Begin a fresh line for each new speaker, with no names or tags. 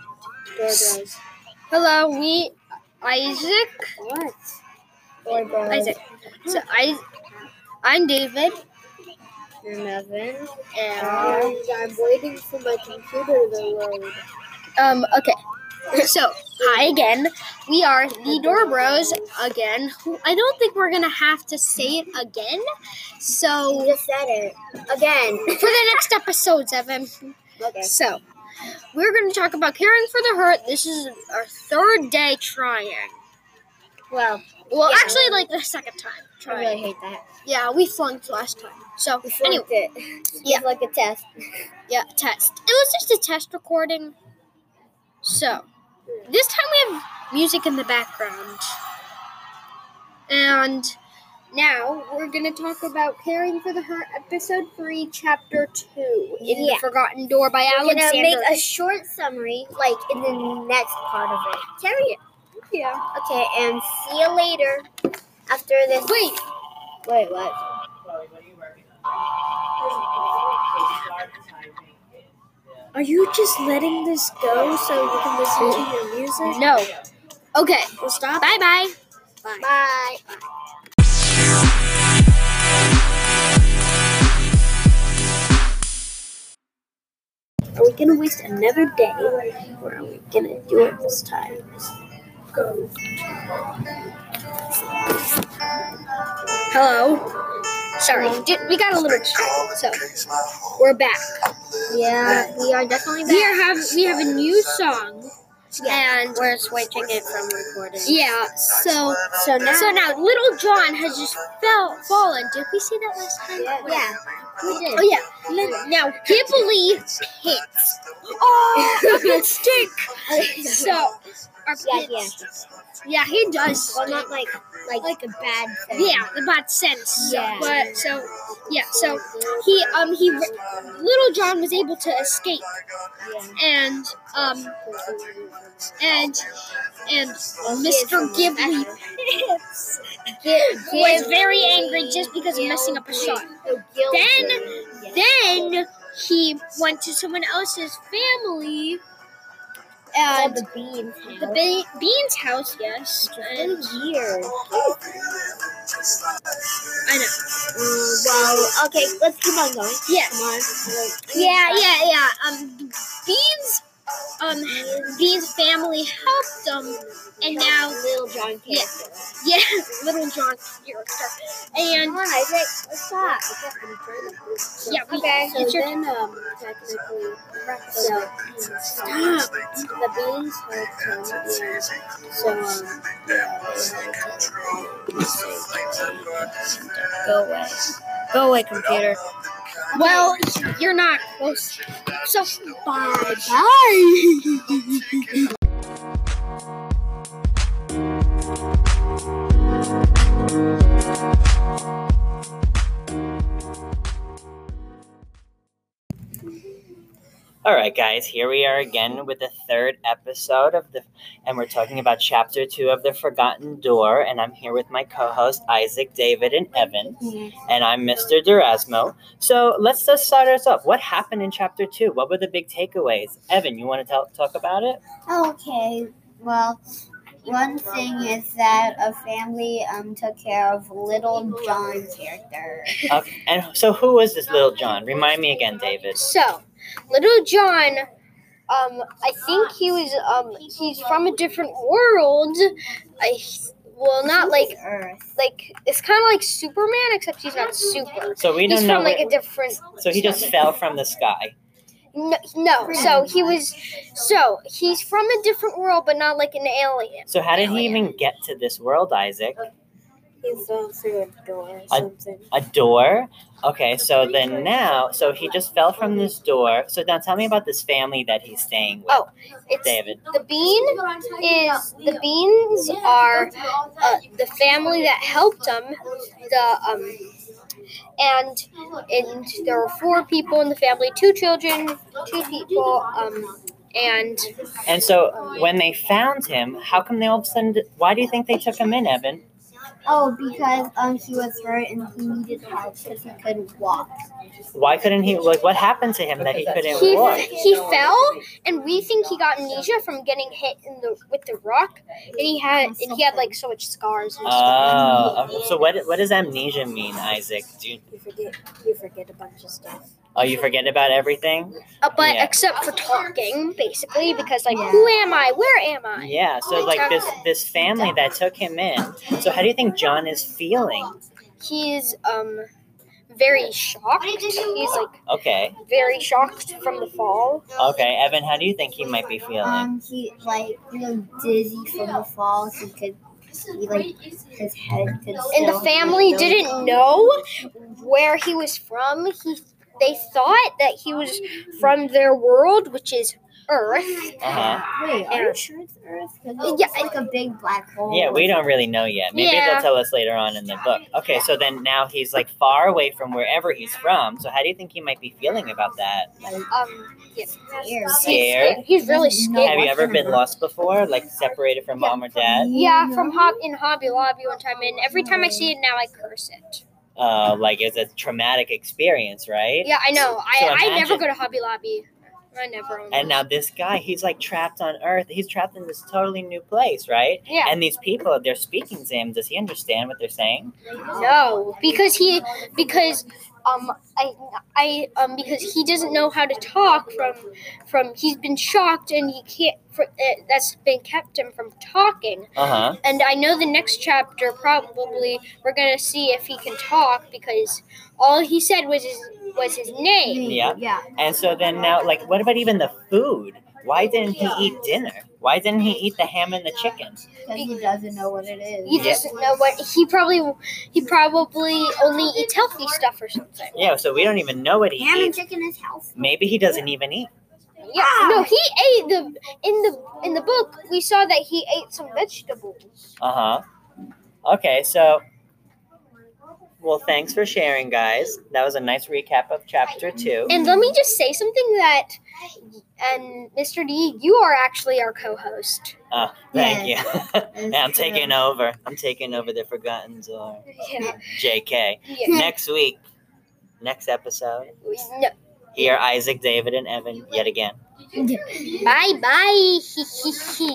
Door bros.
Hello, we Isaac.
What? Door bros.
Isaac. So I, I'm David.
You're Nevin.
And
And Um, I'm waiting for my computer to load.
um, okay. So hi again. We are the Door Bros again. I don't think we're gonna have to say it again. So
Oh, just said it. Again.
for the next episodes, Evan.
Okay.
So, we're going to talk about caring for the hurt. This is our third day trying.
Well,
Well,
Yeah.
actually, like the second time
I
trying.
really hate that.
Yeah, we flunked last time. So,
We flunked
anyway,
it.
Yeah.
It's like a test.
yeah, test. It was just a test recording. So, this time we have music in the background. And now we're going to talk about caring for the hurt, episode three, chapter two, in
Yeah.
the Forgotten Door by
We're gonna
Alexander.
make a short summary, like in the next part of it. Carry it.
yeah.
Okay, and see you later. After this.
Wait,
Wait, what? Are you just letting this go so you can listen to your music?
no. Okay.
Well, stop.
Bye bye.
Bye. Are we gonna waste another day, or are we gonna do it this time?
Hello. Sorry, di- we got a little distracted, so we're back.
Yeah, we are definitely
We are have we have a new song, and
We're switching it from recording.
yeah. So
So now,
so now Little John has just fell fallen. Did we see that last time?
yeah, we did.
Oh yeah. Li- Now Ghibli hits. Oh, good stick. So our
Yeah, yeah.
yeah, he does.
Well,
stink.
not like like like a bad thing.
Yeah, the bad sense.
Yeah.
But so yeah, so he um he little John was able to escape and um and and Mr. Ghibli was very angry just because of messing up a shot. Then he went to someone else's family and
the beans.
uh, the Be- Bean's house, yes. And
years.
I know.
well, okay, let's keep on going.
Yeah.
Come on.
Yeah, yeah, yeah. Um, Beans, um, Beans' family helped them, and now,
little John
Yeah. yeah, Little John character, and
Come on, Isaac. Let's talk.
yeah, we,
Okay.
it's your
then, um, technically, so
stop.
the beans helped him. So, um, go away. Go away, computer.
Well, you're not close. So bye bye.
All right, guys, here we are again with the third episode of the, and we're talking about chapter two of The Forgotten Door. And I'm here with my co host, Isaac, David, and Evan. And I'm Mr. Durasmo. So let's just start us off. What happened in chapter two? What were the big takeaways? Evan, you want to tell, talk about it?
Okay, well, one thing is that a family um took care of little John character.
Okay. Uh, And so, who was this little John? Remind me again, David.
So, Little John, um, I think he was, um, he's from a different world. I, well, not like,
Earth.
like it's kind of like Superman, except he's not super.
So, we
He's
don't
from
know.
like
where-
a different
so, he just fell from the sky.
No, no. So he was. So he's from a different world, but not like an alien.
So, how did he even get to this world, Isaac?
He's going through a door or
I-
something.
A door? Okay, so then now, so he just fell from this door. So now tell me about this family that he's staying with,
Oh, It's
David.
the bean is the beans are uh, the family that helped him. The um and and there were four people in the family: two children, two people, um and
And so when they found him, how come they all of a sudden, why do you think they took him in, Evan?
Oh, because um he was hurt and he needed help because he couldn't walk.
Why couldn't he? Like, what happened to him that he couldn't
He,
walk?
he fell, and we think he got amnesia from getting hit in the with the rock, and he had and he had like so much scars. And stuff.
Oh, so what? What does amnesia mean, Isaac? Do you,
You forget. You forget a bunch of stuff.
oh, you forget about everything?
Uh, but
yeah.
except for talking, basically, because like, who am I? Where am I?
Yeah. So like this this family that took him in. So how do you think John is feeling?
He's um very shocked. He's like
Okay.
very shocked from the fall.
Okay, Evan. How do you think he might be feeling?
Um, he like really dizzy from the fall. He could he like his head could.
And the
still-
family didn't know where he was from. He they thought that he was from their world, which is Earth.
Uh huh.
Wait, are you sure it's Earth? 'Cause it
Yeah,
looks like a big black hole.
Yeah, we don't really know yet. Maybe
Yeah.
they'll tell us later on in the book. Okay, so then now he's like far away from wherever he's from. So how do you think he might be feeling about that?
Um, yeah.
Scared.
Scared?
He's
No.
really scared.
Have you ever been lost before? Like separated from mom or dad?
Yeah, from Hob in Hobby Lobby one time, and every time I see it now, I curse it.
Uh, like it's a traumatic experience, right?
Yeah, I know.
So
I, I never
imagine-
go to Hobby Lobby. I never. Own
And now this guy, he's like trapped on Earth. He's trapped in this totally new place, right?
Yeah.
And these people, they're speaking to him. Does he understand what they're saying?
No, because he because um I I um because he doesn't know how to talk from from he's been shocked and he can't fr- uh, that's been kept him from talking.
Uh huh.
And I know the next chapter probably we're gonna see if he can talk because all he said was his was his name.
Yeah.
Yeah.
And so then now, like, what about even the food? Why didn't he eat dinner? Why didn't he eat the ham and the chicken?
Because he doesn't know what it is.
He doesn't know what he probably he probably only eats healthy stuff or something.
Yeah, so we don't even know what he
Ham and
eats.
chicken is healthy.
Maybe he doesn't even eat.
Yeah, no, he ate the in the in the book we saw that he ate some vegetables.
Uh huh. Okay, so. Well, thanks for sharing, guys. That was a nice recap of chapter two.
And let me just say something that and Mr. D, you are actually our co-host.
Oh, thank you. Yeah, I'm taking over. I'm taking over the Forgotten Zor.
Yeah.
JK.
yeah.
Next week, next episode,
No.
here Isaac, David, and Evan yet again.
Bye bye. Hee hee hee.